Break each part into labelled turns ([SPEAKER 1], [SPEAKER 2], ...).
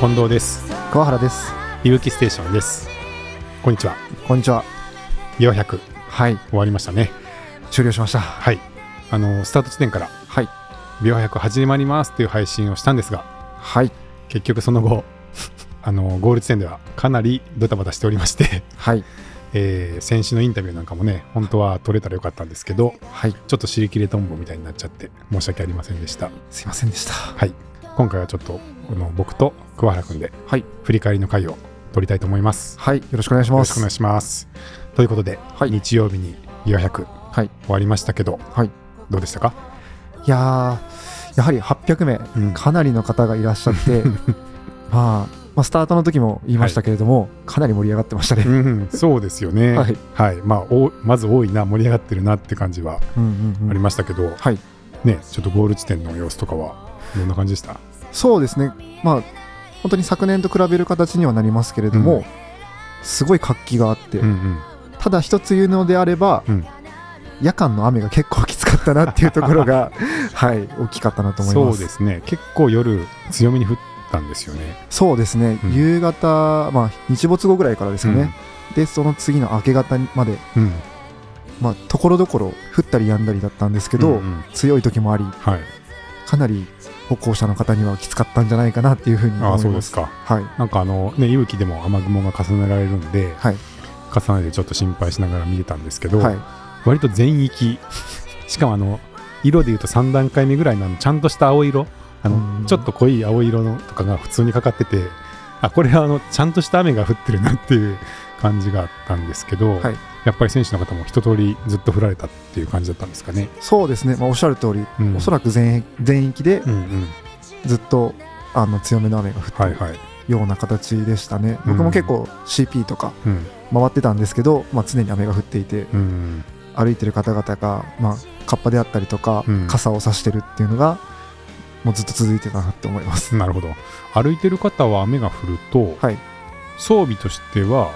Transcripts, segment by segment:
[SPEAKER 1] 近藤です
[SPEAKER 2] 川原です
[SPEAKER 1] ゆうきステーションですこんにちは
[SPEAKER 2] こんにちは
[SPEAKER 1] 400
[SPEAKER 2] はい
[SPEAKER 1] 終わりましたね
[SPEAKER 2] 終了しましたは
[SPEAKER 1] はいあのスタート地点から
[SPEAKER 2] い
[SPEAKER 1] 400始まりますという配信をしたんですが
[SPEAKER 2] はい
[SPEAKER 1] 結局その後 あのゴール地点ではかなりドタバタしておりまして、
[SPEAKER 2] はい
[SPEAKER 1] えー先週のインタビューなんかもね本当は取れたらよかったんですけど
[SPEAKER 2] はい
[SPEAKER 1] ちょっと尻切れトンボみたいになっちゃって申し訳ありませんでした
[SPEAKER 2] すいませんでした
[SPEAKER 1] はい今回はちょっとこの僕と桑原くんで
[SPEAKER 2] はい
[SPEAKER 1] 振り返りの回を取りたいと思います
[SPEAKER 2] はいよろしくお願いし
[SPEAKER 1] よ
[SPEAKER 2] ま
[SPEAKER 1] ろしく
[SPEAKER 2] す
[SPEAKER 1] お願いします。ということで、
[SPEAKER 2] はい
[SPEAKER 1] 日曜日に400
[SPEAKER 2] はい
[SPEAKER 1] 終わりましたけど、
[SPEAKER 2] はい
[SPEAKER 1] どうでしたか
[SPEAKER 2] いやーやはり800名、
[SPEAKER 1] うん
[SPEAKER 2] かなりの方がいらっしゃって まあまあスタートの時も言いましたけれども、かなり盛り上がってましたね、
[SPEAKER 1] うん、そうですよね。
[SPEAKER 2] はい、
[SPEAKER 1] まあ、おまず多いな、盛り上がってるなって感じは
[SPEAKER 2] うんうんうん
[SPEAKER 1] ありましたけど、
[SPEAKER 2] はい
[SPEAKER 1] ね、ちょっとゴール地点の様子とかは、どんな感じでした
[SPEAKER 2] そうですねまあ本当に昨年と比べる形にはなりますけれども、
[SPEAKER 1] うん
[SPEAKER 2] すごい活気があって、
[SPEAKER 1] うんうん。
[SPEAKER 2] ただ一つ言うのであれば、
[SPEAKER 1] うん
[SPEAKER 2] 夜間の雨が結構きつかったなっていうところ が、はい、大きかったなと思い
[SPEAKER 1] そ
[SPEAKER 2] ます。
[SPEAKER 1] うですね。結構夜、強めに降ったんですよね。
[SPEAKER 2] そうですね、
[SPEAKER 1] うん
[SPEAKER 2] 夕方、まあ、日没後ぐらいからですよね、でその次の明け方まで、
[SPEAKER 1] うん。うん。
[SPEAKER 2] まあところどころ降ったりやんだりだったんですけど、
[SPEAKER 1] うんうん
[SPEAKER 2] 強い時もあり、
[SPEAKER 1] はい。
[SPEAKER 2] かなり歩行者の方にはきつかったんじゃないかなっていうふうに思い
[SPEAKER 1] あ
[SPEAKER 2] ま
[SPEAKER 1] あ、
[SPEAKER 2] す。
[SPEAKER 1] そうですか。
[SPEAKER 2] はい、
[SPEAKER 1] なんかあの、ね、息吹でも雨雲が重ねられるんで、
[SPEAKER 2] はい
[SPEAKER 1] 重ねてちょっと心配しながら見てたんですけど、
[SPEAKER 2] はい、
[SPEAKER 1] 割と全域しかもあの色でいうと3段階目ぐらいのあのちゃんとした青色あ
[SPEAKER 2] うん
[SPEAKER 1] のちょっと濃い青色のとかが普通にかかっててあこれはあのちゃんとした雨が降ってるなっていう感じがあったんですけど、
[SPEAKER 2] はい
[SPEAKER 1] やっぱり選手の方も一通りずっと降られたっていう感じだったんですかね。
[SPEAKER 2] そうですね、まあ、おっしゃる通り、
[SPEAKER 1] うん
[SPEAKER 2] おそらく全全域で
[SPEAKER 1] うんうん、
[SPEAKER 2] ずっとあの強めの雨が降って
[SPEAKER 1] はい
[SPEAKER 2] る
[SPEAKER 1] はい、
[SPEAKER 2] ような形でしたね、
[SPEAKER 1] うん
[SPEAKER 2] 僕も結構 CP とか
[SPEAKER 1] うん
[SPEAKER 2] 回ってたんですけど、まあ、常に雨が降っていて
[SPEAKER 1] うん、
[SPEAKER 2] 歩いてる方々が、まあ、カッパであったりとか、
[SPEAKER 1] うん
[SPEAKER 2] 傘を差してるっていうのがもうずっと続いてたなって思います
[SPEAKER 1] なるほど歩いてる方は雨が降ると、
[SPEAKER 2] はい
[SPEAKER 1] 装備としては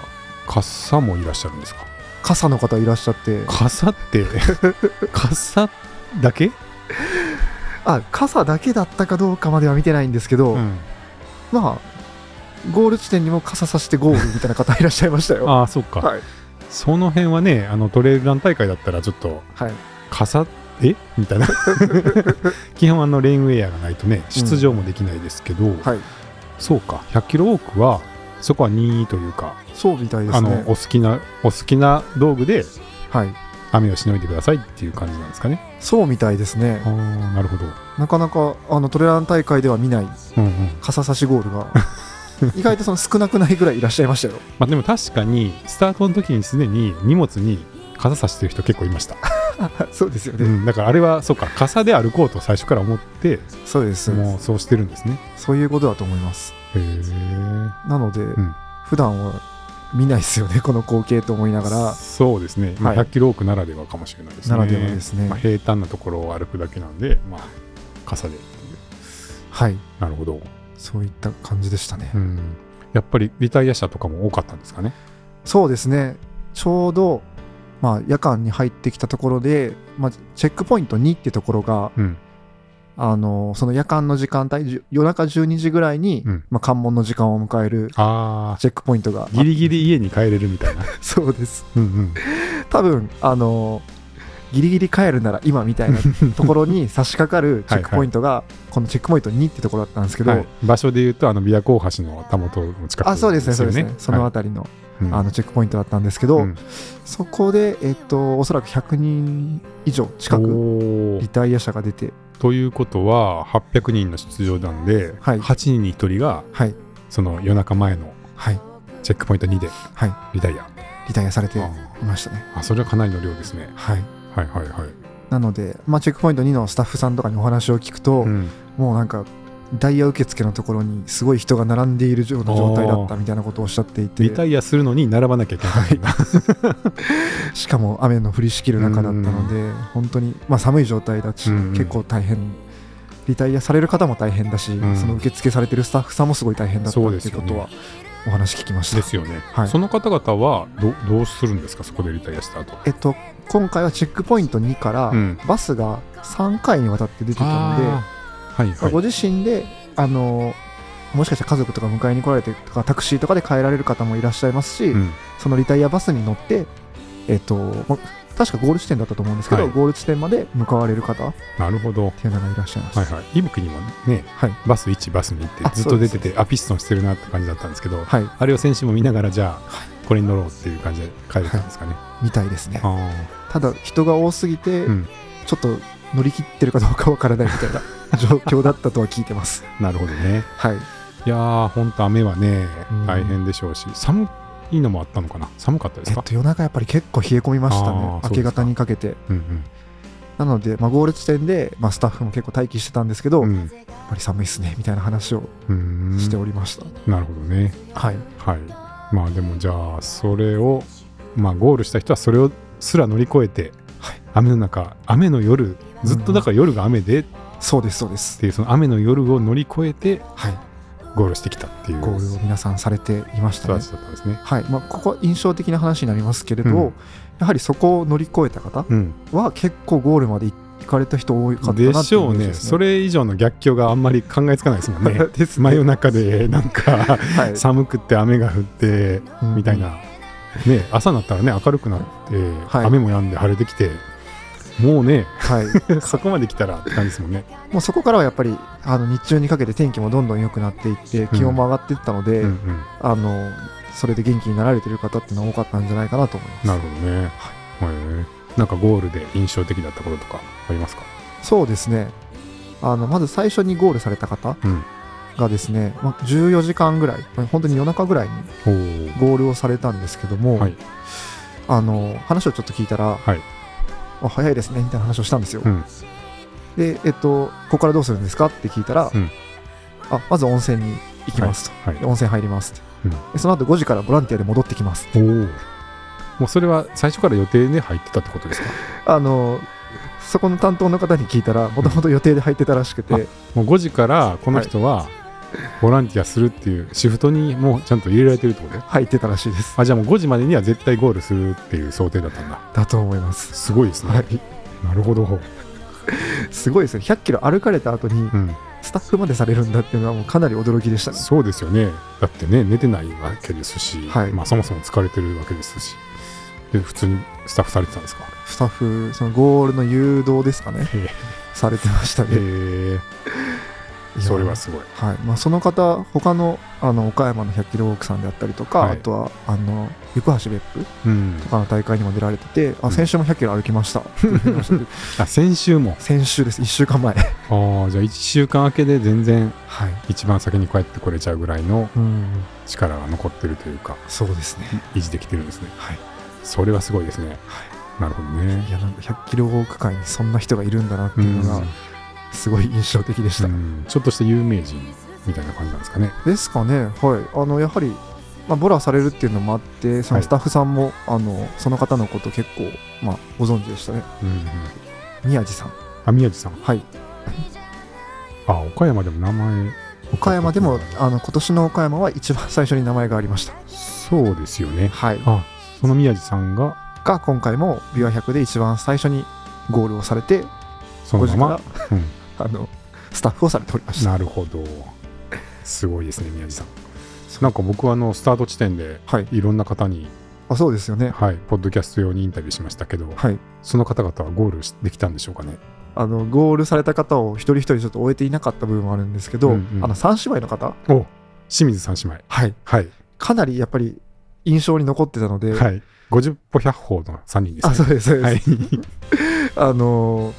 [SPEAKER 1] 傘もいらっしゃるんですか
[SPEAKER 2] 傘の方いらっしゃって
[SPEAKER 1] 傘って 傘だけ、
[SPEAKER 2] あ傘だけだったかどうかまでは見てないんですけど、
[SPEAKER 1] うん
[SPEAKER 2] まあゴール地点にも傘さしてゴールみたいな方いらっしゃいました よ
[SPEAKER 1] ああそうか、
[SPEAKER 2] はい
[SPEAKER 1] その辺はねあのトレイルラン大会だったらちょっと
[SPEAKER 2] はい
[SPEAKER 1] 傘え みたいな基本あのレインウェアがないとね出場もできないですけど、
[SPEAKER 2] はい
[SPEAKER 1] そうか100キロウォークはそこは任意というか、
[SPEAKER 2] そうみたいで
[SPEAKER 1] あ
[SPEAKER 2] す
[SPEAKER 1] の
[SPEAKER 2] ね
[SPEAKER 1] お好きなお好きな道具で
[SPEAKER 2] はい
[SPEAKER 1] 雨をしのいでくださいっていう感じなんですかね
[SPEAKER 2] そうみたいですね
[SPEAKER 1] ああなるほど、
[SPEAKER 2] なかなかあのトレラン大会では見ない
[SPEAKER 1] うんうん
[SPEAKER 2] 傘差しゴール が意外とその少なくないぐらいいらっしゃいましたよ
[SPEAKER 1] まあ、でも確かにスタートの時にすでに荷物に傘さしてる人結構いました、
[SPEAKER 2] そうですよ
[SPEAKER 1] うん、だからあれはそうか傘で歩こうと最初から思って
[SPEAKER 2] そうです
[SPEAKER 1] もうそうしてるんですね
[SPEAKER 2] そういうことだと思います
[SPEAKER 1] へえ
[SPEAKER 2] なので、
[SPEAKER 1] ん
[SPEAKER 2] 普段は見ないですよね この光景と思いながら
[SPEAKER 1] そうですね、まあ、
[SPEAKER 2] は
[SPEAKER 1] 100
[SPEAKER 2] い
[SPEAKER 1] キロ多くならではかもしれないですね。
[SPEAKER 2] ならではですね
[SPEAKER 1] まあ、平坦なところを歩くだけなんで、まあ、傘でっていう
[SPEAKER 2] はい
[SPEAKER 1] なるほど、
[SPEAKER 2] そういった感じでしたね、
[SPEAKER 1] うん、やっぱりリタイア者とかも多かったんですかね。
[SPEAKER 2] そうですねちょうど、まあ、夜間に入ってきたところで、まあ、チェックポイント2ってところが
[SPEAKER 1] うん、あ
[SPEAKER 2] あのその夜間の時間帯じゅ夜中12時ぐらいに、
[SPEAKER 1] うん
[SPEAKER 2] まあ、関門の時間を迎える
[SPEAKER 1] あ
[SPEAKER 2] チェックポイントが
[SPEAKER 1] ー、ギリギリ家に帰れるみたいな。
[SPEAKER 2] あ そうです
[SPEAKER 1] うんうん、
[SPEAKER 2] 多分あのギリギリ帰るなら今みたいなところに差し掛 かるチェックポイントがこのチェックポイント2ってところだったんですけど、
[SPEAKER 1] はい場所で言うと、あの琵琶湖大橋のたもとの近く、
[SPEAKER 2] あそうですねそうですねその
[SPEAKER 1] はい
[SPEAKER 2] 辺りの,、
[SPEAKER 1] うん
[SPEAKER 2] あのチェックポイントだったんですけど、
[SPEAKER 1] うん
[SPEAKER 2] そこで、えっと、おそらく100人以上近く
[SPEAKER 1] おー
[SPEAKER 2] リタイア者が出て、
[SPEAKER 1] ということは、800人の出場なんで、
[SPEAKER 2] はい
[SPEAKER 1] 8人に1人が
[SPEAKER 2] はい
[SPEAKER 1] その夜中前の
[SPEAKER 2] はい
[SPEAKER 1] チェックポイント2で
[SPEAKER 2] はい、
[SPEAKER 1] リタイア。
[SPEAKER 2] リタイアされて
[SPEAKER 1] あ
[SPEAKER 2] いましたね。
[SPEAKER 1] ーあそれはかなりの量ですね。
[SPEAKER 2] はい
[SPEAKER 1] はいはいはい。
[SPEAKER 2] なので、まあ、チェックポイント2のスタッフさんとかにお話を聞くと、
[SPEAKER 1] うん、
[SPEAKER 2] もうなんかダイヤ受付のところにすごい人が並んでいるような状態だったみたいなことをおっしゃっていて
[SPEAKER 1] リタイアするのに並ばなきゃいけない、
[SPEAKER 2] しかも雨の降りしきる中だったので、本当に、まあ、寒い状態だし、
[SPEAKER 1] うんうん
[SPEAKER 2] 結構大変、リタイアされる方も大変だし、
[SPEAKER 1] ん
[SPEAKER 2] その受付されてるスタッフさんもすごい大変だった
[SPEAKER 1] そう
[SPEAKER 2] っ
[SPEAKER 1] です
[SPEAKER 2] ていう
[SPEAKER 1] よ
[SPEAKER 2] こ
[SPEAKER 1] ね
[SPEAKER 2] とはお話聞きまし た。
[SPEAKER 1] ですよね、
[SPEAKER 2] はい
[SPEAKER 1] その方々はどどうするんですかそこでリタイアした後
[SPEAKER 2] えっと、今回はチェックポイント2から、
[SPEAKER 1] うん
[SPEAKER 2] バスが3回にわたって出てたので、
[SPEAKER 1] あーはい
[SPEAKER 2] まあ
[SPEAKER 1] はい
[SPEAKER 2] ご自身で、あのもしかしたら家族とか迎えに来られてとかタクシーとかで帰られる方もいらっしゃいますし、
[SPEAKER 1] うん
[SPEAKER 2] そのリタイアバスに乗って、えっとま確かゴール地点だったと思うんですけど、
[SPEAKER 1] はい
[SPEAKER 2] ゴール地点まで向かわれる方っ
[SPEAKER 1] なるほど。
[SPEAKER 2] ていうのがいらっしゃいました。
[SPEAKER 1] はいはい。いぶきにもね、
[SPEAKER 2] はい
[SPEAKER 1] バス1、バス2って
[SPEAKER 2] あ
[SPEAKER 1] ずっ
[SPEAKER 2] そ
[SPEAKER 1] と
[SPEAKER 2] うで
[SPEAKER 1] 出
[SPEAKER 2] す
[SPEAKER 1] てて、あ、ピストンしてるなって感じだったんですけど、
[SPEAKER 2] はい、
[SPEAKER 1] あれを選手も見ながら、じゃあ、これに乗ろうっていう感じで帰れたんですかね。
[SPEAKER 2] みたいですね。
[SPEAKER 1] あ
[SPEAKER 2] ただ、人が多すぎて、
[SPEAKER 1] うん
[SPEAKER 2] ちょっと乗り切ってるかどうかわからないみ たいな状況だったとは聞いてます。
[SPEAKER 1] あ、なるほどね。
[SPEAKER 2] は
[SPEAKER 1] い
[SPEAKER 2] い、
[SPEAKER 1] やー、ほんと雨はね
[SPEAKER 2] うん、
[SPEAKER 1] 大変でしょうし、寒いのもあったのかな。寒かったで
[SPEAKER 2] え
[SPEAKER 1] す
[SPEAKER 2] っ
[SPEAKER 1] か、
[SPEAKER 2] と、夜中やっぱり結構冷え込みました
[SPEAKER 1] あー
[SPEAKER 2] ね、
[SPEAKER 1] そ
[SPEAKER 2] 明
[SPEAKER 1] う
[SPEAKER 2] け
[SPEAKER 1] ですか
[SPEAKER 2] 方にかけて。
[SPEAKER 1] うん
[SPEAKER 2] なので、まあ、ゴール地点で、まあ、スタッフも結構待機してたんですけど、
[SPEAKER 1] う
[SPEAKER 2] やっ
[SPEAKER 1] ん。
[SPEAKER 2] ぱり寒いっすねみたいな話を
[SPEAKER 1] うん。うん
[SPEAKER 2] しておりました。
[SPEAKER 1] なるほどね。
[SPEAKER 2] はい、
[SPEAKER 1] はい。まあでもじゃあ、それを、まあゴールした人はそれをすら乗り越えて、
[SPEAKER 2] はい
[SPEAKER 1] 雨の中、雨の夜、ずっとだから夜が雨でっ
[SPEAKER 2] そうです、そうです。
[SPEAKER 1] ていう、その雨の夜を乗り越えて
[SPEAKER 2] はい、
[SPEAKER 1] ゴールしてきたっていう
[SPEAKER 2] ゴールを皆さんされていました
[SPEAKER 1] 人
[SPEAKER 2] ね
[SPEAKER 1] た。ちだったんですね。
[SPEAKER 2] はいまあ、ここは印象的な話になりますけれど、
[SPEAKER 1] うん
[SPEAKER 2] やはりそこを乗り越えた方
[SPEAKER 1] うん、
[SPEAKER 2] は結構ゴールまで行かれた人多かったなっていう
[SPEAKER 1] でしょう
[SPEAKER 2] イメージ
[SPEAKER 1] ね
[SPEAKER 2] です
[SPEAKER 1] それ以上の逆境があんまり考えつかないですもんね
[SPEAKER 2] ですね
[SPEAKER 1] 真夜中でなんか
[SPEAKER 2] はい
[SPEAKER 1] 寒くて雨が降って
[SPEAKER 2] うん
[SPEAKER 1] みたいな、ね、朝になったらね明るくなって、
[SPEAKER 2] はい
[SPEAKER 1] 雨も止んで晴れてきてもうね
[SPEAKER 2] はい、
[SPEAKER 1] そこまで来たらって感じですもんね。
[SPEAKER 2] もうそこからはやっぱりあの日中にかけて天気もどんどん良くなっていって気温も上がっていったので、
[SPEAKER 1] うんうん、
[SPEAKER 2] あのそれで元気になられてる方っていうのは多かったんじゃないかなと思います
[SPEAKER 1] なるほどね、へえなんかゴールで印象的だったこととかありますか、
[SPEAKER 2] そうですねあのまず最初にゴールされた方
[SPEAKER 1] うん、
[SPEAKER 2] がですね、まあ、14時間ぐらい本当に夜中ぐらいに
[SPEAKER 1] おー
[SPEAKER 2] ゴールをされたんですけども、
[SPEAKER 1] はい
[SPEAKER 2] あの話をちょっと聞いたら、
[SPEAKER 1] はい
[SPEAKER 2] あ早いですねみたいな話をしたんですよ、
[SPEAKER 1] うん
[SPEAKER 2] で、えっと、ここからどうするんですかって聞いたら、
[SPEAKER 1] うん
[SPEAKER 2] あまず温泉に行きますと、
[SPEAKER 1] はい
[SPEAKER 2] で温泉入りますって、
[SPEAKER 1] うん
[SPEAKER 2] でその後5時からボランティアで戻ってきます
[SPEAKER 1] おーもうそれは最初から予定で入ってたってこと ですか
[SPEAKER 2] あのそこの担当の方に聞いたらもともと予定で入ってたらしくて、
[SPEAKER 1] あもう5時からこの人はボランティアするっていうシフトにもうちゃんと入れられてるってこと
[SPEAKER 2] 入ってたらしいです
[SPEAKER 1] あじゃあもう5時までには絶対ゴールするっていう想定だったんだ
[SPEAKER 2] だと思います
[SPEAKER 1] すごいですね、
[SPEAKER 2] はい
[SPEAKER 1] なるほど、
[SPEAKER 2] すごいですよ1 0 0キロ歩かれた後に
[SPEAKER 1] うん、
[SPEAKER 2] スタッフまでされるんだっていうのはもうかなり驚きでしたね
[SPEAKER 1] そうですよねだってね寝てないわけですし、
[SPEAKER 2] はい
[SPEAKER 1] まあ、そもそも疲れてるわけですしで普通にスタッフされてたんですか
[SPEAKER 2] スタッフそのゴールの誘導ですかね
[SPEAKER 1] へえ
[SPEAKER 2] されてました
[SPEAKER 1] へ
[SPEAKER 2] ね
[SPEAKER 1] え
[SPEAKER 2] いや
[SPEAKER 1] それはすごい
[SPEAKER 2] はいまあ、その方他のあの岡山の100キロウォークさんであったりとか、
[SPEAKER 1] はい
[SPEAKER 2] あとはあの行橋別府
[SPEAKER 1] うん
[SPEAKER 2] とかの大会にも出られてて、
[SPEAKER 1] う
[SPEAKER 2] あ
[SPEAKER 1] ん
[SPEAKER 2] 先週も100キロ歩きま したっていうふうに話してて
[SPEAKER 1] あ先週も
[SPEAKER 2] 先週です1週間前
[SPEAKER 1] ああじゃあ1週間明けで全然
[SPEAKER 2] はい
[SPEAKER 1] 一番先に帰ってこれちゃうぐらいの
[SPEAKER 2] うん
[SPEAKER 1] 力が残ってるというか
[SPEAKER 2] そうですね
[SPEAKER 1] 維持できてるんですね
[SPEAKER 2] はい
[SPEAKER 1] それはすごいですね。なるほどね。
[SPEAKER 2] いやなんか100キロウォーク界にそんな人がいるんだなっていうのが
[SPEAKER 1] うん
[SPEAKER 2] すごい印象的でした、
[SPEAKER 1] うんちょっとした有名人みたいな感じなんですかね。
[SPEAKER 2] ですかねはいあのやはりまあ、ボラされるっていうのもあってその
[SPEAKER 1] はい
[SPEAKER 2] スタッフさんも、あのその方のこと結構、まあ、ご存知でしたね
[SPEAKER 1] うんうん、
[SPEAKER 2] 宮地さん
[SPEAKER 1] あ宮地さん。
[SPEAKER 2] はい
[SPEAKER 1] あ岡山でも名前
[SPEAKER 2] 岡山でもあの今年の岡山は一番最初に名前がありました
[SPEAKER 1] そうですよね。
[SPEAKER 2] はい
[SPEAKER 1] あその宮地さんが
[SPEAKER 2] が今回も琵琶100で一番最初にゴールをされて
[SPEAKER 1] そ
[SPEAKER 2] 5
[SPEAKER 1] の
[SPEAKER 2] 時
[SPEAKER 1] ま
[SPEAKER 2] か
[SPEAKER 1] ま。
[SPEAKER 2] ら、
[SPEAKER 1] うん
[SPEAKER 2] あのスタッフをされておりました
[SPEAKER 1] なるほど。すごいですね宮地さん。なんか僕はあのスタート地点で
[SPEAKER 2] はい
[SPEAKER 1] いろんな方に、
[SPEAKER 2] あそうですよね
[SPEAKER 1] はい、ポッドキャスト用にインタビューしましたけど、
[SPEAKER 2] はい
[SPEAKER 1] その方々はゴールできたんでしょうかね。
[SPEAKER 2] あのゴールされた方を一人一人ちょっと終えていなかった部分もあるんですけど、
[SPEAKER 1] うんうん
[SPEAKER 2] あの三姉妹の方
[SPEAKER 1] お清水三姉妹。
[SPEAKER 2] はい
[SPEAKER 1] はい。
[SPEAKER 2] かなりやっぱり印象に残ってたので、
[SPEAKER 1] はい。50歩100歩の3人です、
[SPEAKER 2] あ
[SPEAKER 1] ね。
[SPEAKER 2] そうですそうです、
[SPEAKER 1] はい。
[SPEAKER 2] あの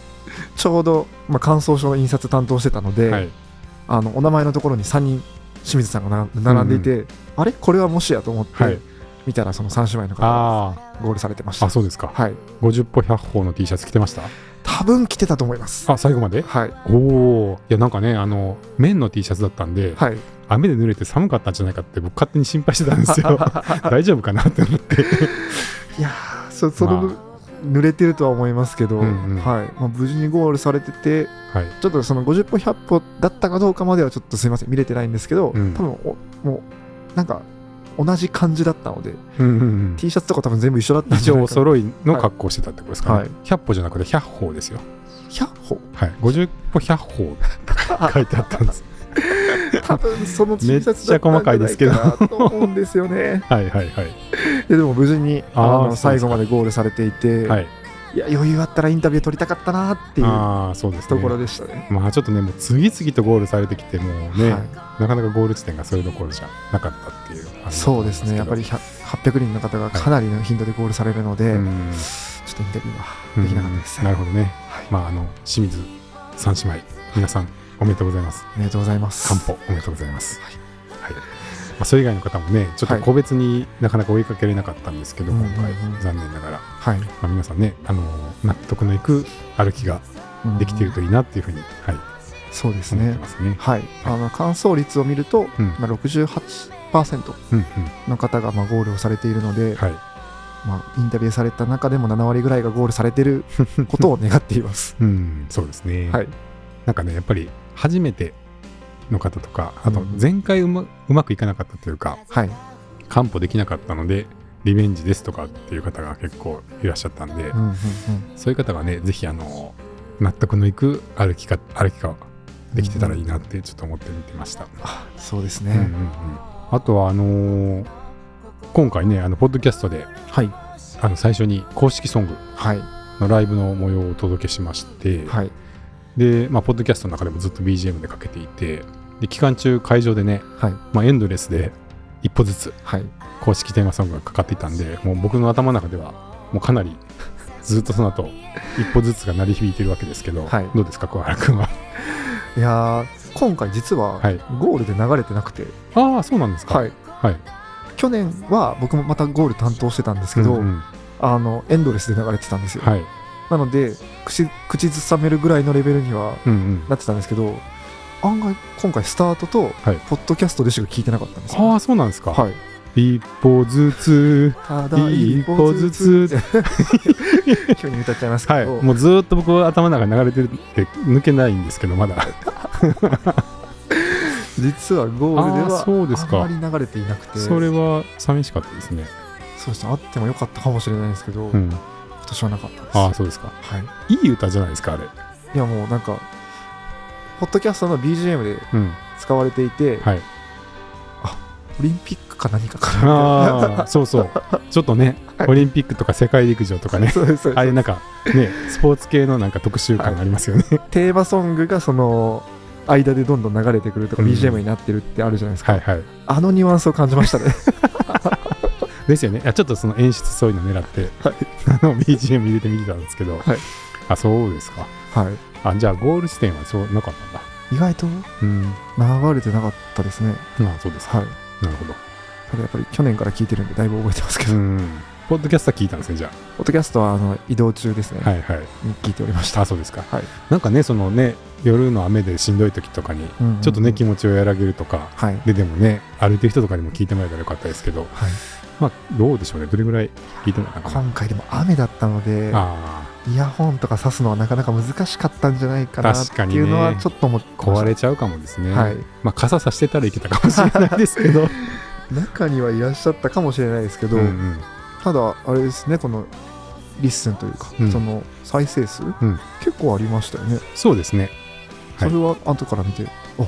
[SPEAKER 2] ちょうど、まあ、感想書の印刷担当してたので、
[SPEAKER 1] はい、
[SPEAKER 2] あのお名前のところに3人清水さんがな並んでいて、あれこれはもしやと思って、
[SPEAKER 1] はい
[SPEAKER 2] 見たらその3姉妹の方が
[SPEAKER 1] あ
[SPEAKER 2] ゴールされてまし
[SPEAKER 1] あ、
[SPEAKER 2] た
[SPEAKER 1] あ、そうですか。
[SPEAKER 2] はい
[SPEAKER 1] 50歩100歩の T シャツ着てました
[SPEAKER 2] 多分来てたと思います
[SPEAKER 1] あ、最後まで
[SPEAKER 2] はい
[SPEAKER 1] おお。いや、なんかね、あの、綿の T シャツだったんで、
[SPEAKER 2] はい
[SPEAKER 1] 雨で濡れて寒かったんじゃないかって僕勝手に心配してたんです よ。大丈夫かなって思って。
[SPEAKER 2] いやーそその、
[SPEAKER 1] ま
[SPEAKER 2] 濡れてるとは思いますけど、
[SPEAKER 1] うんうん
[SPEAKER 2] はいまあ、無事にゴールされてて
[SPEAKER 1] はい。
[SPEAKER 2] ちょっとその50歩100歩だったかどうかまではちょっとすいません見れてないんですけど、
[SPEAKER 1] うん
[SPEAKER 2] 多分おもうなんか同じ感じだったので、
[SPEAKER 1] うんうんうん。
[SPEAKER 2] T シャツとか多分全部一緒だったんじ
[SPEAKER 1] 一
[SPEAKER 2] ゃない
[SPEAKER 1] 応お
[SPEAKER 2] かな
[SPEAKER 1] 揃いの格好してたってことですかね。
[SPEAKER 2] はい
[SPEAKER 1] 100歩じゃなくて100歩ですよ。
[SPEAKER 2] 100歩
[SPEAKER 1] はい。50歩100歩って書いてあったんです。
[SPEAKER 2] 多分その
[SPEAKER 1] めっ
[SPEAKER 2] 小
[SPEAKER 1] ち
[SPEAKER 2] さ
[SPEAKER 1] ゃ
[SPEAKER 2] さだったん
[SPEAKER 1] 細かいですけど
[SPEAKER 2] じゃないかなと思うんですよね。
[SPEAKER 1] はいはいはい
[SPEAKER 2] ででも無事にあ
[SPEAKER 1] あーそう
[SPEAKER 2] の
[SPEAKER 1] ですか
[SPEAKER 2] 最後までゴールされていて、、
[SPEAKER 1] はいい
[SPEAKER 2] や余裕あったらインタビュー取りたかったなっていう
[SPEAKER 1] ああそうですね
[SPEAKER 2] ところでしたね。
[SPEAKER 1] まあちょっとねもう次々とゴールされてきてもうね、
[SPEAKER 2] はい
[SPEAKER 1] なかなかゴール地点がそれどころじゃなかったっていう感じだと思んけど
[SPEAKER 2] そうですねやっぱり100 800人の方がかなりの頻度でゴールされるので、
[SPEAKER 1] うん
[SPEAKER 2] ちょっとインタビューはできなかったです、
[SPEAKER 1] うんなるほどね、
[SPEAKER 2] はい
[SPEAKER 1] まああの清水三姉妹皆さんおめでとうございます
[SPEAKER 2] おめでとうございます。
[SPEAKER 1] 完歩おめでとうございます。
[SPEAKER 2] はい
[SPEAKER 1] はいまあ、それ以外の方もね、ちょっと個別になかなか追いかけれなかったんですけど、
[SPEAKER 2] はい
[SPEAKER 1] 今回、
[SPEAKER 2] うんうんうん
[SPEAKER 1] 残念ながら、ま
[SPEAKER 2] はい、
[SPEAKER 1] あ、皆さんね、あのー納得のいく歩きができているといいなっていうふうに、はい、
[SPEAKER 2] そうです
[SPEAKER 1] 思っ
[SPEAKER 2] ね
[SPEAKER 1] て。ますね。
[SPEAKER 2] はい、あの乾燥率を見ると、
[SPEAKER 1] うん
[SPEAKER 2] まあ、68%
[SPEAKER 1] うんうん
[SPEAKER 2] の方がまあゴールをされているので、
[SPEAKER 1] はい
[SPEAKER 2] まあ、インタビューされた中でも7割ぐらいがゴールされ てることを願っています。
[SPEAKER 1] うん、そうですね、
[SPEAKER 2] はい、
[SPEAKER 1] なんかね、やっぱり初めての方とか、あと
[SPEAKER 2] うん
[SPEAKER 1] 前回うまうまくいかなかったというか、
[SPEAKER 2] はい、
[SPEAKER 1] 完歩できなかったので、リベンジですとかっていう方が結構いらっしゃったんで
[SPEAKER 2] う、んうんうん
[SPEAKER 1] そういう方がね、ぜひあの納得のいく歩きか歩きができてたらいいなってちょっと思って見てました。
[SPEAKER 2] あそうです
[SPEAKER 1] うんうんう
[SPEAKER 2] ね、
[SPEAKER 1] んあとはあのー今回ね、あのポッドキャストで
[SPEAKER 2] はい、
[SPEAKER 1] あの最初に公式ソング
[SPEAKER 2] はい、
[SPEAKER 1] のライブの模様をお届けしまして、
[SPEAKER 2] はい、
[SPEAKER 1] で、まあ、ポッドキャストの中でもずっと BGM でかけていて、で期間中会場でね、
[SPEAKER 2] はい、
[SPEAKER 1] まあ、エンドレスで一歩ずつ
[SPEAKER 2] はい、
[SPEAKER 1] 公式テーマソングがかかっていたんで、もう僕の頭の中ではもうかなりずっとその後一歩ずつが鳴り響いてるわけですけど、
[SPEAKER 2] はい
[SPEAKER 1] どうですか小原君 は。
[SPEAKER 2] いやー今回実は
[SPEAKER 1] はい
[SPEAKER 2] ゴールで流れてなくて、
[SPEAKER 1] ああそうなんですか。
[SPEAKER 2] はい、
[SPEAKER 1] はい。
[SPEAKER 2] 去年は僕もまたゴール担当してたんですけど、
[SPEAKER 1] うんうん
[SPEAKER 2] あのエンドレスで流れてたんですよ、
[SPEAKER 1] はい。
[SPEAKER 2] なので口口ずさめるぐらいのレベルには
[SPEAKER 1] うんうん。
[SPEAKER 2] なってたんですけど案外今回スタートと
[SPEAKER 1] はい
[SPEAKER 2] ポッドキャストでしか聞いてなかったんですよ、
[SPEAKER 1] ああそうなんですか。
[SPEAKER 2] はい、
[SPEAKER 1] 一歩ずつ。
[SPEAKER 2] ただ
[SPEAKER 1] 一歩ずつ。
[SPEAKER 2] つ急に歌っちゃいますけ
[SPEAKER 1] はい。
[SPEAKER 2] ど、
[SPEAKER 1] もうずーっと僕は頭の中流れてるって抜けないんですけどまだ。
[SPEAKER 2] 実はゴールで
[SPEAKER 1] あーそうですか
[SPEAKER 2] はあんまり流れていなくて
[SPEAKER 1] それは寂しかったですね。
[SPEAKER 2] そうですねあってもよかったかもしれないですけど、
[SPEAKER 1] うん。
[SPEAKER 2] 今年はなかったです
[SPEAKER 1] ああそうですか。
[SPEAKER 2] はい、
[SPEAKER 1] いい歌じゃないですかあれ。
[SPEAKER 2] いやもうなんかポッドキャストの BGM で
[SPEAKER 1] うん。
[SPEAKER 2] 使われていて、
[SPEAKER 1] はい。
[SPEAKER 2] オリンピックか何かかな みたい
[SPEAKER 1] ああそうそう。ちょっとねオリンピックとか世界陸上とか
[SPEAKER 2] な
[SPEAKER 1] ね。
[SPEAKER 2] そうですそ う
[SPEAKER 1] あ
[SPEAKER 2] で
[SPEAKER 1] れなんかねスポーツ系のなんか特集感がありますよね。
[SPEAKER 2] すテーマソングがその間でどんどん流れてくるとか
[SPEAKER 1] うん
[SPEAKER 2] BGM になってるってあるじゃないですか、
[SPEAKER 1] はいはい。
[SPEAKER 2] あのニュアンスを感じましたね
[SPEAKER 1] ですよね。あちょっとその演出そういうの狙って、あの BGM 入れてみてたんですけど、
[SPEAKER 2] はい
[SPEAKER 1] あそうですか。
[SPEAKER 2] は
[SPEAKER 1] あじゃあゴール地点はそうなかったんだ。
[SPEAKER 2] い意外と
[SPEAKER 1] うん。
[SPEAKER 2] 流れてなかったですね
[SPEAKER 1] まあそうですか。
[SPEAKER 2] はい
[SPEAKER 1] なる ほど。
[SPEAKER 2] ただやっぱり去年から聞いてるんでだいぶ覚えてますけど、
[SPEAKER 1] うん。ポッドキャストは聞いたんですね、じゃ
[SPEAKER 2] ポッドキャストはあの移動中ですね、
[SPEAKER 1] あ。はいはい。
[SPEAKER 2] に聞いておりました、
[SPEAKER 1] あそうですか。
[SPEAKER 2] はい
[SPEAKER 1] なんかね、そのね、夜の雨でしんどい時とかに、
[SPEAKER 2] うんうんうん
[SPEAKER 1] ちょっとね、気持ちをやらげるとか、
[SPEAKER 2] はい
[SPEAKER 1] で、でもね、歩いてる人とかにも聞いてもらえたらよかったですけど、
[SPEAKER 2] はい
[SPEAKER 1] まあ、どうでしょうね、どれぐらい聞いてもらえたかな。
[SPEAKER 2] 今回でも雨だったので
[SPEAKER 1] あ
[SPEAKER 2] イヤホンとか挿すのはなかなか難しかったんじゃないかなっ
[SPEAKER 1] 確か
[SPEAKER 2] て
[SPEAKER 1] にね
[SPEAKER 2] いうのはちょっと思って
[SPEAKER 1] あ、
[SPEAKER 2] ました
[SPEAKER 1] 壊れちゃうかもですね。
[SPEAKER 2] はい、
[SPEAKER 1] まあ、傘さしてたらいけたかもしれないです けど。
[SPEAKER 2] 中にはいらっしゃったかもしれないですけど、
[SPEAKER 1] うんうん
[SPEAKER 2] ただあれですねこのリッスンというか、
[SPEAKER 1] うん
[SPEAKER 2] その再生数、
[SPEAKER 1] ん
[SPEAKER 2] 結構ありましたよね
[SPEAKER 1] そうですね。
[SPEAKER 2] そ
[SPEAKER 1] はい
[SPEAKER 2] れは後から見て、あ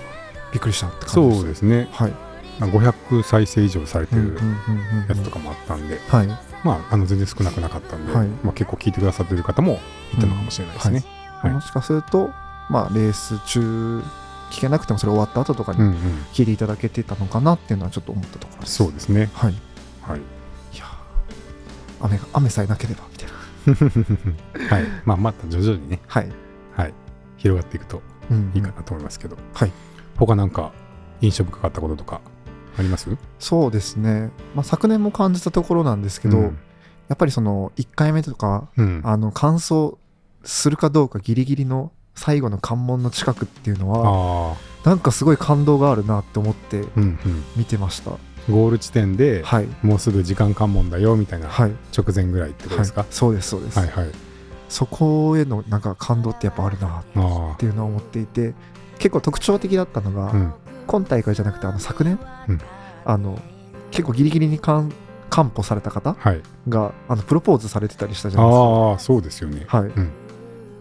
[SPEAKER 2] びっくりしたって感じで
[SPEAKER 1] そう
[SPEAKER 2] す
[SPEAKER 1] ですね。
[SPEAKER 2] はい
[SPEAKER 1] まあ500再生以上されて
[SPEAKER 2] うん
[SPEAKER 1] る
[SPEAKER 2] うんうんうん
[SPEAKER 1] やつとかもあったんで、
[SPEAKER 2] はい
[SPEAKER 1] まあ、あの全然少なくなかったんで、
[SPEAKER 2] はい
[SPEAKER 1] まあ、結構聞いてくださってる方もいたのかもしれないですね。はい
[SPEAKER 2] もしかすると、まあ、レース中聞けなくてもそれ終わった後とか
[SPEAKER 1] うん
[SPEAKER 2] に
[SPEAKER 1] うん
[SPEAKER 2] 聞いていただけてたのかなっていうのはちょっと思ったところです。
[SPEAKER 1] そうですね。
[SPEAKER 2] はい、
[SPEAKER 1] はい。
[SPEAKER 2] いやー雨が雨さえなければみたいな。
[SPEAKER 1] はい。まあ、また徐々にね、
[SPEAKER 2] はい、
[SPEAKER 1] はい。広がっていくと
[SPEAKER 2] うんうん
[SPEAKER 1] いいかなと思いますけど。
[SPEAKER 2] はい。
[SPEAKER 1] 他なんか、印象深かったこととかあります
[SPEAKER 2] そうですね、まあ、昨年も感じたところなんですけど、
[SPEAKER 1] うん
[SPEAKER 2] やっぱりその1回目とか
[SPEAKER 1] うん。あ
[SPEAKER 2] あの完走するかどうかギリギリの最後の関門の近くっていうのは
[SPEAKER 1] あ。
[SPEAKER 2] なんかすごい感動があるなって思って
[SPEAKER 1] うん
[SPEAKER 2] 見てました。
[SPEAKER 1] うん。ゴール地点で、
[SPEAKER 2] はい、
[SPEAKER 1] もうすぐ時間関門だよみたいな
[SPEAKER 2] はい
[SPEAKER 1] 直前ぐらいってこと
[SPEAKER 2] は
[SPEAKER 1] で
[SPEAKER 2] い
[SPEAKER 1] すか、
[SPEAKER 2] そうですそうです、
[SPEAKER 1] はい、はいはい
[SPEAKER 2] そこへのなんか感動ってやっぱあるなっ
[SPEAKER 1] あ
[SPEAKER 2] ていうのを思っていて結構特徴的だったのが、
[SPEAKER 1] あ。うん。
[SPEAKER 2] 今大会じゃなくてあの昨年、
[SPEAKER 1] うん
[SPEAKER 2] あの結構ギリギリに完完歩された方
[SPEAKER 1] はい。
[SPEAKER 2] があのプロポーズされてたりしたじゃないです
[SPEAKER 1] ああ、そうですよね。
[SPEAKER 2] か。はい
[SPEAKER 1] ん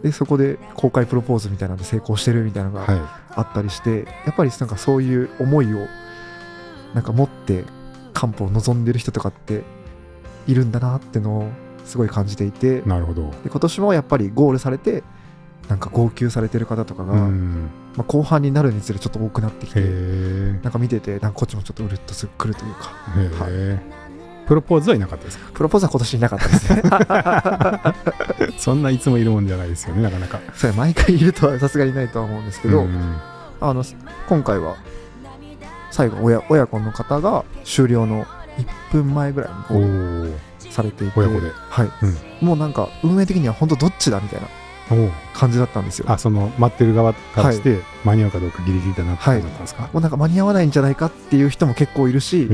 [SPEAKER 2] でそこで公開プロポーズみたいなんで成功してるみたいなのが
[SPEAKER 1] はい
[SPEAKER 2] あったりして、やっぱりなんかそういう思いをなんか持って漢方を望んでる人とかっているんだなってのをすごい感じていて
[SPEAKER 1] なるほど。
[SPEAKER 2] で今年もやっぱりゴールされてなんか号泣されてる方とかが、
[SPEAKER 1] うん。
[SPEAKER 2] まあ、後半になるにつれちょっと多くなってき
[SPEAKER 1] へ
[SPEAKER 2] て
[SPEAKER 1] え。
[SPEAKER 2] なんか見ててなんかこっちもちょっとうるっとするくるというか
[SPEAKER 1] へえ。プロポーズはいなかった ですか
[SPEAKER 2] プロポーズは今年いなかったで すね
[SPEAKER 1] そんないつもいるもんじゃないですよね、なかなか。
[SPEAKER 2] それ毎回いるとはさすがにないとは思うんですけ
[SPEAKER 1] う
[SPEAKER 2] ど、
[SPEAKER 1] ん
[SPEAKER 2] あの今回は最後親親子の方が終了の1分前ぐらいに
[SPEAKER 1] お
[SPEAKER 2] こう
[SPEAKER 1] ー
[SPEAKER 2] されていて
[SPEAKER 1] 親子で。
[SPEAKER 2] はいもうなんか運営的には本当どっちだみたいな
[SPEAKER 1] おー
[SPEAKER 2] 感じだったんですよ
[SPEAKER 1] あ、その、待ってる側からして、間に合うかどうかギリギリだなって感じだったんですか。
[SPEAKER 2] もうなんか間に合わないんじゃないかっていう人も結構いるし
[SPEAKER 1] へ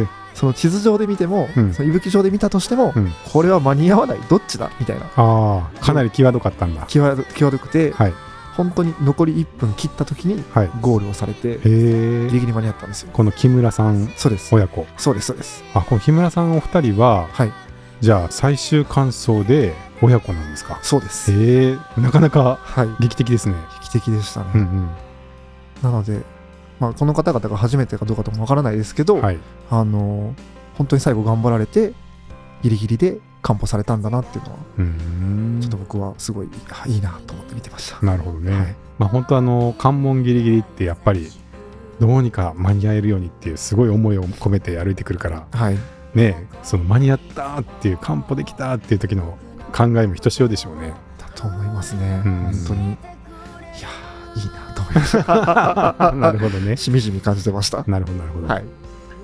[SPEAKER 1] え。
[SPEAKER 2] その地図上で見ても、
[SPEAKER 1] うん
[SPEAKER 2] その息吹上で見たとしても、
[SPEAKER 1] うん
[SPEAKER 2] これは間に合わないどっちだみたいな
[SPEAKER 1] ああ、かなり際どかったんだ。
[SPEAKER 2] 際ど際どくて、
[SPEAKER 1] はい。
[SPEAKER 2] 本当に残り1分切った時に
[SPEAKER 1] はい。
[SPEAKER 2] ゴールをされ
[SPEAKER 1] へ
[SPEAKER 2] てギリ
[SPEAKER 1] え。
[SPEAKER 2] ギリ間に合ったんですよ
[SPEAKER 1] この木村さん
[SPEAKER 2] そうです
[SPEAKER 1] 親子。
[SPEAKER 2] そうですそうです
[SPEAKER 1] あ、この木村さんお二人は、
[SPEAKER 2] はい
[SPEAKER 1] じゃあ最終感想で親子なんですか。
[SPEAKER 2] そうです
[SPEAKER 1] へえ、なかなか
[SPEAKER 2] はい
[SPEAKER 1] 劇的ですね。
[SPEAKER 2] 劇的でしたね、
[SPEAKER 1] うん
[SPEAKER 2] なので、まあ、この方々が初めてかどうかともわからないですけ
[SPEAKER 1] う
[SPEAKER 2] ど、
[SPEAKER 1] ん。はい。
[SPEAKER 2] あの本当に最後頑張られてギリギリで完歩されたんだなっていうのは
[SPEAKER 1] うーん
[SPEAKER 2] ちょっと僕はすごいあいいなと思って見てました、
[SPEAKER 1] なるほどね、
[SPEAKER 2] はい
[SPEAKER 1] まあ本当あの関門ギリギリってやっぱりどうにか間に合えるようにっていうすごい思いを込めて歩いてくるから
[SPEAKER 2] はい、
[SPEAKER 1] ねその間に合ったっていう完歩できたっていう時の考えもひとしおでしょうね
[SPEAKER 2] だと思いますね、
[SPEAKER 1] うん
[SPEAKER 2] 本当にいやーいいなと思いました
[SPEAKER 1] なるほどね
[SPEAKER 2] しみじみ感じてました
[SPEAKER 1] なるほどなるほど
[SPEAKER 2] はい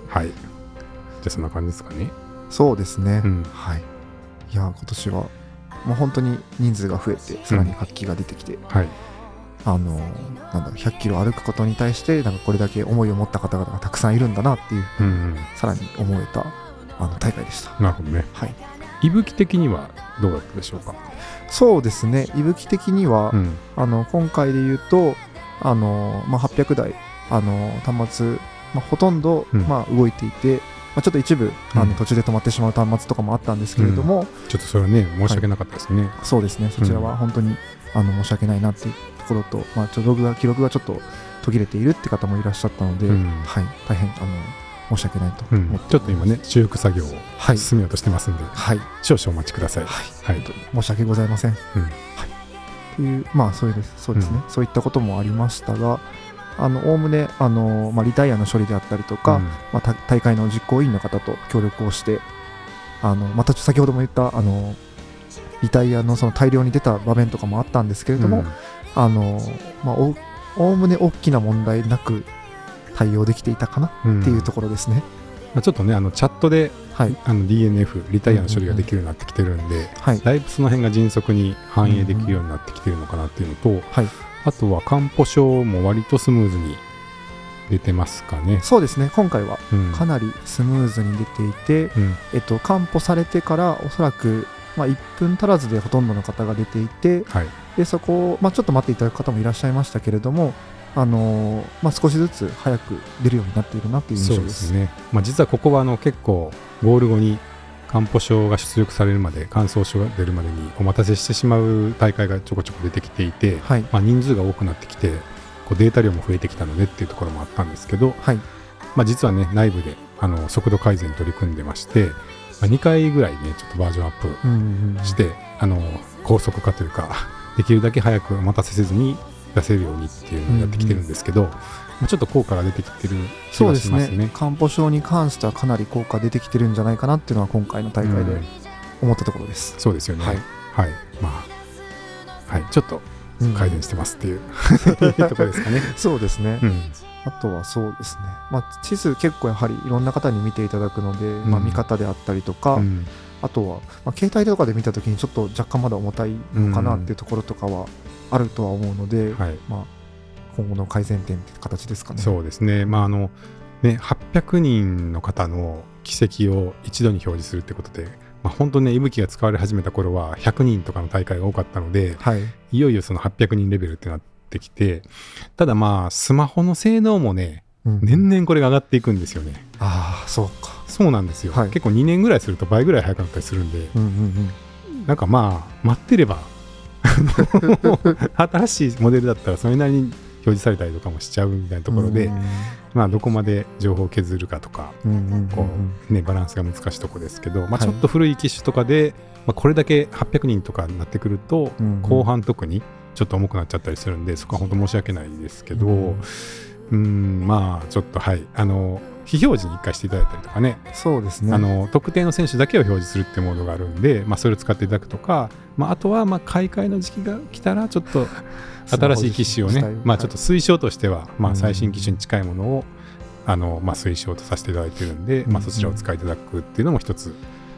[SPEAKER 1] はいじゃあそんな感じですかね
[SPEAKER 2] そうですね、
[SPEAKER 1] うん
[SPEAKER 2] はいいやー今年はもう本当に人数が増えてさらに活気が出てきて、
[SPEAKER 1] はい
[SPEAKER 2] あのなんだろう100キロ歩くことに対してなんかこれだけ思いを持った方々がたくさんいるんだなっていう
[SPEAKER 1] うん、うん、
[SPEAKER 2] さらに思えたあの大会でした。
[SPEAKER 1] なるほどね
[SPEAKER 2] はい、
[SPEAKER 1] 息吹的にはどうだったでしょうか
[SPEAKER 2] そうですね、息吹的には、
[SPEAKER 1] うん
[SPEAKER 2] あの今回で言うと、あのまあ、800台、あの端末、まあ、ほとんど、
[SPEAKER 1] うん
[SPEAKER 2] まあ、動いていて、まあ、ちょっと一部あ
[SPEAKER 1] うん
[SPEAKER 2] の途中で止まってしまう端末とかもあったんですけれども、
[SPEAKER 1] ちょっとそれはね申し訳なかったですね、
[SPEAKER 2] そうですね、そちら
[SPEAKER 1] う
[SPEAKER 2] は
[SPEAKER 1] ん
[SPEAKER 2] 本当に、あの申し訳ないなっていうところと、まあ、ちょっとログが記録がちょっと途切れているって方もいらっしゃったので、
[SPEAKER 1] うん
[SPEAKER 2] はい、大変あの申し訳ないと
[SPEAKER 1] う
[SPEAKER 2] 思
[SPEAKER 1] ん
[SPEAKER 2] っております、
[SPEAKER 1] ちょっと今ね、修復作業を
[SPEAKER 2] はい、
[SPEAKER 1] 進めようとしてますんで、
[SPEAKER 2] はい、
[SPEAKER 1] 少々お待ちください
[SPEAKER 2] は
[SPEAKER 1] は
[SPEAKER 2] い
[SPEAKER 1] い
[SPEAKER 2] 申し訳ございません。
[SPEAKER 1] うん
[SPEAKER 2] はい、という、まあ、そうですそうですね、そういったこともありましたが、あの概ねあの、まあ、リタイアの処理であったりとか、
[SPEAKER 1] うん
[SPEAKER 2] まあ、た大会の実行委員の方と協力をして、あのまた先ほども言ったあのリタイアのその大量に出た場面とかもあったんですけれど
[SPEAKER 1] う
[SPEAKER 2] も、
[SPEAKER 1] ん
[SPEAKER 2] あのまあ、おおおむね大きな問題なく対応できていたかなっていうところですね。
[SPEAKER 1] まあ、ちょっとねあのチャットで
[SPEAKER 2] はい、
[SPEAKER 1] あの DNF リタイアの処理ができるようになってきてるんで、
[SPEAKER 2] はい、
[SPEAKER 1] だいぶその辺が迅速に反映できるようになってきてるのかなっていうのと、
[SPEAKER 2] はい
[SPEAKER 1] あとは漢方症も割とスムーズに出てますかね。
[SPEAKER 2] そうですね今回は
[SPEAKER 1] うん
[SPEAKER 2] かなりスムーズに出ていて、
[SPEAKER 1] うん
[SPEAKER 2] えっと、完歩されてからおそらく、まあ、1分足らずでほとんどの方が出ていて
[SPEAKER 1] はい
[SPEAKER 2] でそこを、まあ、ちょっと待っていただく方もいらっしゃいましたけれども、あのーまあ、少しずつ早く出るようになっているなという印
[SPEAKER 1] そう
[SPEAKER 2] 象
[SPEAKER 1] で
[SPEAKER 2] です
[SPEAKER 1] すね、まあ、実はここはあの結構ゴール後に漢方症が出力されるまで乾燥症が出るまでにお待たせしてしまう大会がちょこちょこ出てきていて、
[SPEAKER 2] はい
[SPEAKER 1] まあ、人数が多くなってきてこうデータ量も増えてきたのでっていうところもあったんですけど、
[SPEAKER 2] はい
[SPEAKER 1] まあ、実はね内部であの速度改善に取り組んでまして、まあ、2回ぐらいねちょっとバージョンアッ
[SPEAKER 2] うんうん
[SPEAKER 1] プして、あの高速化というかできるだけ早くお待たせせずに出せるようにっていうのをやってきてるんですけど、まあちょっと効果が出てきてる気
[SPEAKER 2] そう
[SPEAKER 1] が
[SPEAKER 2] で
[SPEAKER 1] し
[SPEAKER 2] す
[SPEAKER 1] ま
[SPEAKER 2] ね
[SPEAKER 1] すね。
[SPEAKER 2] 漢方症に関してはかなり効果出てきてるんじゃないかなっていうのは今回の大会
[SPEAKER 1] う
[SPEAKER 2] で
[SPEAKER 1] ん
[SPEAKER 2] 思ったところです、
[SPEAKER 1] そうですよね。
[SPEAKER 2] は
[SPEAKER 1] はいい、まあ、はい、ちょっと
[SPEAKER 2] うん
[SPEAKER 1] 改善してますっていう ところですかね。
[SPEAKER 2] そうですね、
[SPEAKER 1] うん、
[SPEAKER 2] あとはそうですね、まあ、地図結構やはりいろんな方に見ていただくので、まあ、
[SPEAKER 1] うん
[SPEAKER 2] 見方であったりとか、
[SPEAKER 1] うん
[SPEAKER 2] あとは、まあ、携帯とかで見たときにちょっと若干まだ重たいのかなっていうところとかはあるとは思うので、
[SPEAKER 1] はい、
[SPEAKER 2] まあ、今後の改善点って形ですかね。
[SPEAKER 1] そうですね、まああのね、800人の方の軌跡を一度に表示するってことで、まあ、本当ね、息吹が使われ始めた頃は100人とかの大会が多かったので、
[SPEAKER 2] はい、
[SPEAKER 1] いよいよその800人レベルってなってきて、ただまあ、スマホの性能もね、
[SPEAKER 2] うん
[SPEAKER 1] 年々これが上がっていくんですよね。
[SPEAKER 2] ああそうか。
[SPEAKER 1] そうなんですよ、
[SPEAKER 2] はい
[SPEAKER 1] 結構2年ぐらいすると倍ぐらい早くなったりするんで、
[SPEAKER 2] うんうんうん、
[SPEAKER 1] なんかまあ、待ってれば 新しいモデルだったらそれなりに表示されたりとかもしちゃうみたいなところで、
[SPEAKER 2] うん
[SPEAKER 1] まあ、どこまで情報を削るかとか、
[SPEAKER 2] うんうん
[SPEAKER 1] こうね、バランスが難しいとこですけど、まあ、ちょっと古い機種とかで、まあ、これだけ800人とかになってくると、
[SPEAKER 2] うんうん
[SPEAKER 1] 後半特にちょっと重くなっちゃったりするんでそこは本当申し訳ないですけど、
[SPEAKER 2] う
[SPEAKER 1] うん
[SPEAKER 2] ん、
[SPEAKER 1] まあちょっとはいあの非表示に一回していただいたりとかね
[SPEAKER 2] そうですね
[SPEAKER 1] あの特定の選手だけを表示するっていうモードがあるんで、まあ、それを使っていただくとか、まあ、あとはまあ買い替えの時期が来たらちょっと新しい機種をね、まあ、ちょっと推奨としては、ま
[SPEAKER 2] う
[SPEAKER 1] あ、
[SPEAKER 2] ん
[SPEAKER 1] 最新機種に近いものをあの、まあ、推奨とさせていただいてるんで、
[SPEAKER 2] うんう
[SPEAKER 1] まあ、
[SPEAKER 2] ん
[SPEAKER 1] そちらをお使いいただくっていうのも一つ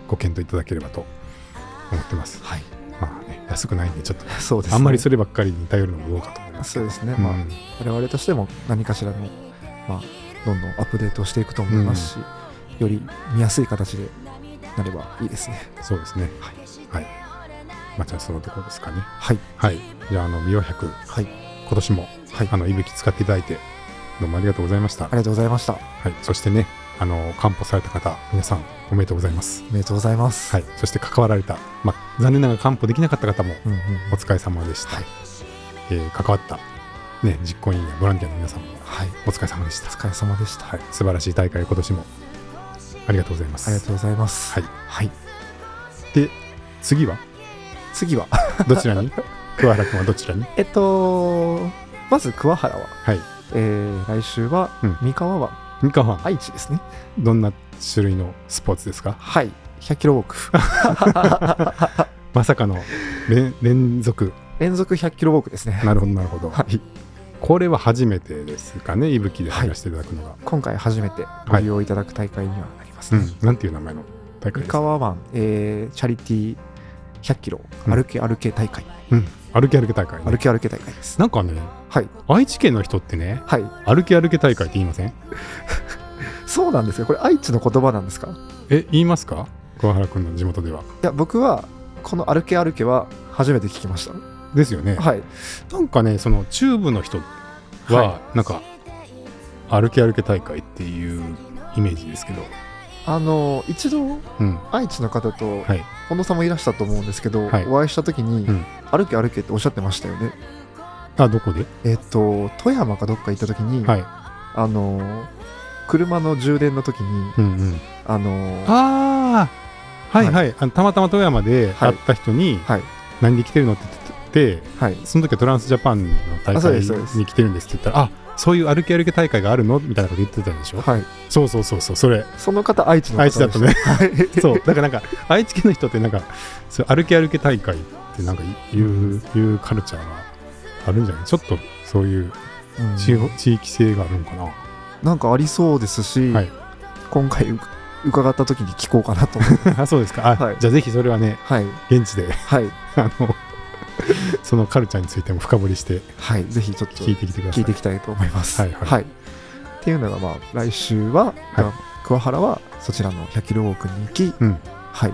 [SPEAKER 1] ご検討いただければと思ってます。
[SPEAKER 2] はい
[SPEAKER 1] まあね、安くないんでちょっと
[SPEAKER 2] そうですね
[SPEAKER 1] あんまりそればっかりに頼るのもどうかと思います。
[SPEAKER 2] そうですね、
[SPEAKER 1] うん
[SPEAKER 2] まあ我々としても何かしらの、まあ、どんどんアップデートしていくと思いますし、より見やすい形でなればいいですね
[SPEAKER 1] そうですね。
[SPEAKER 2] はい
[SPEAKER 1] はい。まあ、じゃあそのところですかね。
[SPEAKER 2] はい
[SPEAKER 1] はい。じゃあ、あの、美容100、
[SPEAKER 2] はい
[SPEAKER 1] 今年も、
[SPEAKER 2] はい
[SPEAKER 1] あの、いぶき使っていただいて、どうもありがとうございました。
[SPEAKER 2] ありがとうございました
[SPEAKER 1] はい。そしてね、あの、完歩された方、皆さん、おめでとうございます。
[SPEAKER 2] おめでとうございます、
[SPEAKER 1] はい。そして関わられた、まあ、残念ながら完歩できなかった方も、
[SPEAKER 2] うんうん
[SPEAKER 1] お疲れ様でした。
[SPEAKER 2] はい
[SPEAKER 1] えー関わった、ね、実行委員やボランティアの皆さんも、
[SPEAKER 2] はい、
[SPEAKER 1] お疲れ様でした。
[SPEAKER 2] お疲れ様でした、
[SPEAKER 1] はい。素晴らしい大会、今年も、ありがとうございます。
[SPEAKER 2] ありがとうございます
[SPEAKER 1] はい
[SPEAKER 2] はい、
[SPEAKER 1] で、次は、
[SPEAKER 2] 次は
[SPEAKER 1] どちら に桑原君はどちらに
[SPEAKER 2] えっとまず桑原は、
[SPEAKER 1] はい。
[SPEAKER 2] えー、来週は
[SPEAKER 1] うん
[SPEAKER 2] 三河は
[SPEAKER 1] 三河、
[SPEAKER 2] 愛知ですね
[SPEAKER 1] どんな種類のスポーツですか
[SPEAKER 2] はい100キロ ウォーク
[SPEAKER 1] まさかの連連続。
[SPEAKER 2] 連続100キロウォークですね
[SPEAKER 1] なるほど、なるほど。
[SPEAKER 2] はい
[SPEAKER 1] これは初めてですかね、いぶきで
[SPEAKER 2] はい
[SPEAKER 1] 話していただくのが。
[SPEAKER 2] 今回初めてご利用いただく大会にはなります
[SPEAKER 1] う
[SPEAKER 2] ね、
[SPEAKER 1] ん。なんていう名前の大会
[SPEAKER 2] 三
[SPEAKER 1] ですか
[SPEAKER 2] 河湾、えーチャリティー100キロ
[SPEAKER 1] うん
[SPEAKER 2] 歩け歩け大会、
[SPEAKER 1] うん。歩き歩け大会、
[SPEAKER 2] 歩
[SPEAKER 1] ね。
[SPEAKER 2] け歩け大会です
[SPEAKER 1] なんかね、
[SPEAKER 2] はい
[SPEAKER 1] 愛知県の人ってね、
[SPEAKER 2] はい
[SPEAKER 1] 歩き歩け大会って言いません
[SPEAKER 2] そうなんですよこれ愛知の言葉なんですかい
[SPEAKER 1] え、言いますか桑原君の地元では。
[SPEAKER 2] や僕はこの歩け歩けは初めて聞きまし
[SPEAKER 1] ですよね
[SPEAKER 2] た。はい
[SPEAKER 1] なんかね、その中部の人は、なんか、歩き歩け大会っていうイメージですけど。
[SPEAKER 2] あの一度
[SPEAKER 1] うん。
[SPEAKER 2] 愛知の方と
[SPEAKER 1] はい。
[SPEAKER 2] 近藤さんもいらしたと思うんですけど、
[SPEAKER 1] はい
[SPEAKER 2] お会いした時に、
[SPEAKER 1] うん
[SPEAKER 2] 歩け歩けっておっしゃってましたよね
[SPEAKER 1] あ、どこで
[SPEAKER 2] えっ、と富山かどっか行った時に、
[SPEAKER 1] はい。
[SPEAKER 2] あの車の充電の時に
[SPEAKER 1] うんうん。
[SPEAKER 2] あの
[SPEAKER 1] ああはいはい、あのたまたま富山で
[SPEAKER 2] はい
[SPEAKER 1] 会った人に「
[SPEAKER 2] はい
[SPEAKER 1] 何で来てるの?」って言って
[SPEAKER 2] はい
[SPEAKER 1] その時はトランスジャパンの大
[SPEAKER 2] あそう
[SPEAKER 1] 会
[SPEAKER 2] ですそうです
[SPEAKER 1] に来てるんですって言ったら「あそういう歩き歩き大会があるの?」みたいなこと言ってたんでしょ、
[SPEAKER 2] はい
[SPEAKER 1] そうそうそうそうそれ
[SPEAKER 2] その方愛知の方
[SPEAKER 1] 愛知だったね
[SPEAKER 2] はい
[SPEAKER 1] そうだからなんか愛知県の人ってなんかそう歩き歩き大会ってなんかいう,、いうカルチャーがあるんじゃないちょっとそういう
[SPEAKER 2] うん
[SPEAKER 1] 地,、地域性があるのかな
[SPEAKER 2] なんかありそうですし、
[SPEAKER 1] はい
[SPEAKER 2] 今回う伺った時に聞こうかなと思って
[SPEAKER 1] あそうですかあ、
[SPEAKER 2] はい
[SPEAKER 1] じゃあぜひそれはね
[SPEAKER 2] はい
[SPEAKER 1] 現地で
[SPEAKER 2] はい
[SPEAKER 1] あの そのカルチャーについても深掘りして
[SPEAKER 2] はいぜひちょっと
[SPEAKER 1] 聞いてきてくださ
[SPEAKER 2] 聞
[SPEAKER 1] い
[SPEAKER 2] いていきたいと思います
[SPEAKER 1] はいはい
[SPEAKER 2] っていうのがまあ来週は、
[SPEAKER 1] はい
[SPEAKER 2] まあ桑原はそちらの100キロウォークに行き、
[SPEAKER 1] うん
[SPEAKER 2] はい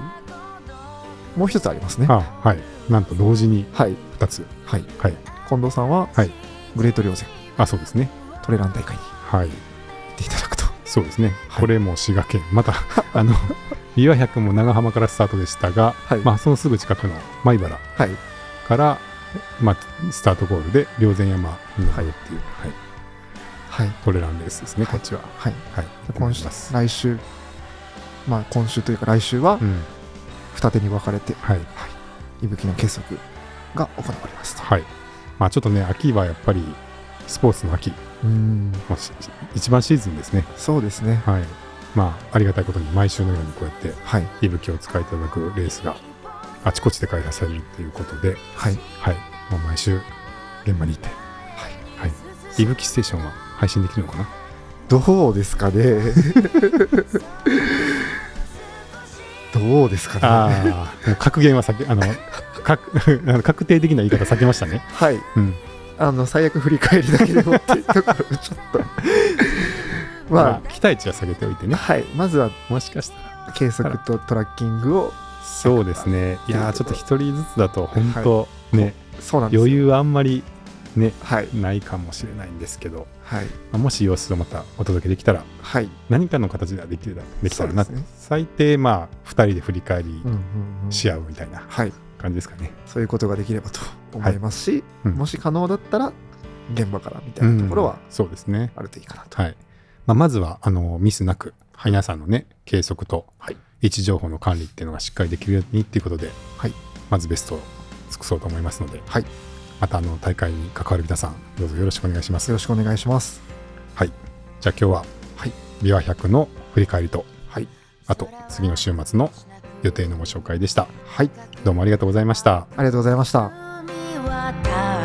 [SPEAKER 2] もう一つありますね
[SPEAKER 1] あはいなんと同時に
[SPEAKER 2] はい
[SPEAKER 1] 2つ
[SPEAKER 2] はい
[SPEAKER 1] はい
[SPEAKER 2] 近藤さんは、
[SPEAKER 1] はい
[SPEAKER 2] グレート稜線
[SPEAKER 1] あそうですね
[SPEAKER 2] トレラン大会に
[SPEAKER 1] はい
[SPEAKER 2] 行っていただくと
[SPEAKER 1] そうですね、
[SPEAKER 2] はい
[SPEAKER 1] これも滋賀県ま たあの琵琶百も長浜からスタートでしたが、
[SPEAKER 2] はい、
[SPEAKER 1] まあ、そのすぐ近くの米原
[SPEAKER 2] はい
[SPEAKER 1] から、まあ、スタートゴールで稜前山に登るっていう、はい
[SPEAKER 2] はい
[SPEAKER 1] トレランレースですね、こっちは
[SPEAKER 2] はい
[SPEAKER 1] はい
[SPEAKER 2] 今週
[SPEAKER 1] ます
[SPEAKER 2] 来週まあ今週というか来週は
[SPEAKER 1] うん
[SPEAKER 2] 二手に分かれて
[SPEAKER 1] はい
[SPEAKER 2] 息吹の結束が行われますと
[SPEAKER 1] はいまあちょっとね秋はやっぱりスポーツの秋
[SPEAKER 2] うん
[SPEAKER 1] もうし一番シーズンですね
[SPEAKER 2] そうですね
[SPEAKER 1] はい。まあ、ありがたいことに毎週のようにこうやって
[SPEAKER 2] はい
[SPEAKER 1] 息吹を使いいただくレースがあちこちで開催されるということで、
[SPEAKER 2] はい
[SPEAKER 1] はい。もう毎週現場に行って、
[SPEAKER 2] はい
[SPEAKER 1] はい。息吹ステーションは配信できるのかな
[SPEAKER 2] どうですかね どうですかね
[SPEAKER 1] ああ、もう格言は避け、あの、か あの確定的な言い方避けましたね。
[SPEAKER 2] はい
[SPEAKER 1] うん。
[SPEAKER 2] あの最悪振り返りだけでもっていうところちょっと ま
[SPEAKER 1] まあ、期待値は下げておいて
[SPEAKER 2] あ
[SPEAKER 1] ね。
[SPEAKER 2] はいまずは
[SPEAKER 1] もしかしたら。
[SPEAKER 2] 計測とトラッキングを
[SPEAKER 1] そうですね。いやーちょっと一人ずつだと、本当ね、
[SPEAKER 2] そうなんですよ
[SPEAKER 1] 余裕はあんまりね、
[SPEAKER 2] はい
[SPEAKER 1] ないかもしれないんですけど、
[SPEAKER 2] はい
[SPEAKER 1] まあもし様子をまたお届けできたら
[SPEAKER 2] はい
[SPEAKER 1] 何かの形ではできればできたらな、
[SPEAKER 2] そうですね
[SPEAKER 1] 最低まあ2人で振り返り
[SPEAKER 2] うんうんうん
[SPEAKER 1] し合うみたいな
[SPEAKER 2] はい
[SPEAKER 1] 感じですかね。
[SPEAKER 2] そういうことができればと思いますし、
[SPEAKER 1] うん
[SPEAKER 2] もし可能だったら現場からみたいなところ
[SPEAKER 1] うん
[SPEAKER 2] は
[SPEAKER 1] そうですね。
[SPEAKER 2] あるといいかなと。
[SPEAKER 1] はい。まあ、まずは、あの、ミスなく、皆さんのね、計測と
[SPEAKER 2] はい、
[SPEAKER 1] 位置情報の管理っていうのがしっかりできるようにっていうことで、
[SPEAKER 2] はい
[SPEAKER 1] まずベストを尽くそうと思いますので、
[SPEAKER 2] はい
[SPEAKER 1] また、あの、大会に関わる皆さん、どうぞよろしくお願いします。
[SPEAKER 2] よろしくお願いします。
[SPEAKER 1] じゃあ今日は、
[SPEAKER 2] はい
[SPEAKER 1] ビワ100の振り返りと、
[SPEAKER 2] はい、
[SPEAKER 1] あと、次の週末の予定のご紹介でした。
[SPEAKER 2] はい、
[SPEAKER 1] どうもありがとうございました。
[SPEAKER 2] ありがとうございました。
[SPEAKER 3] 海は太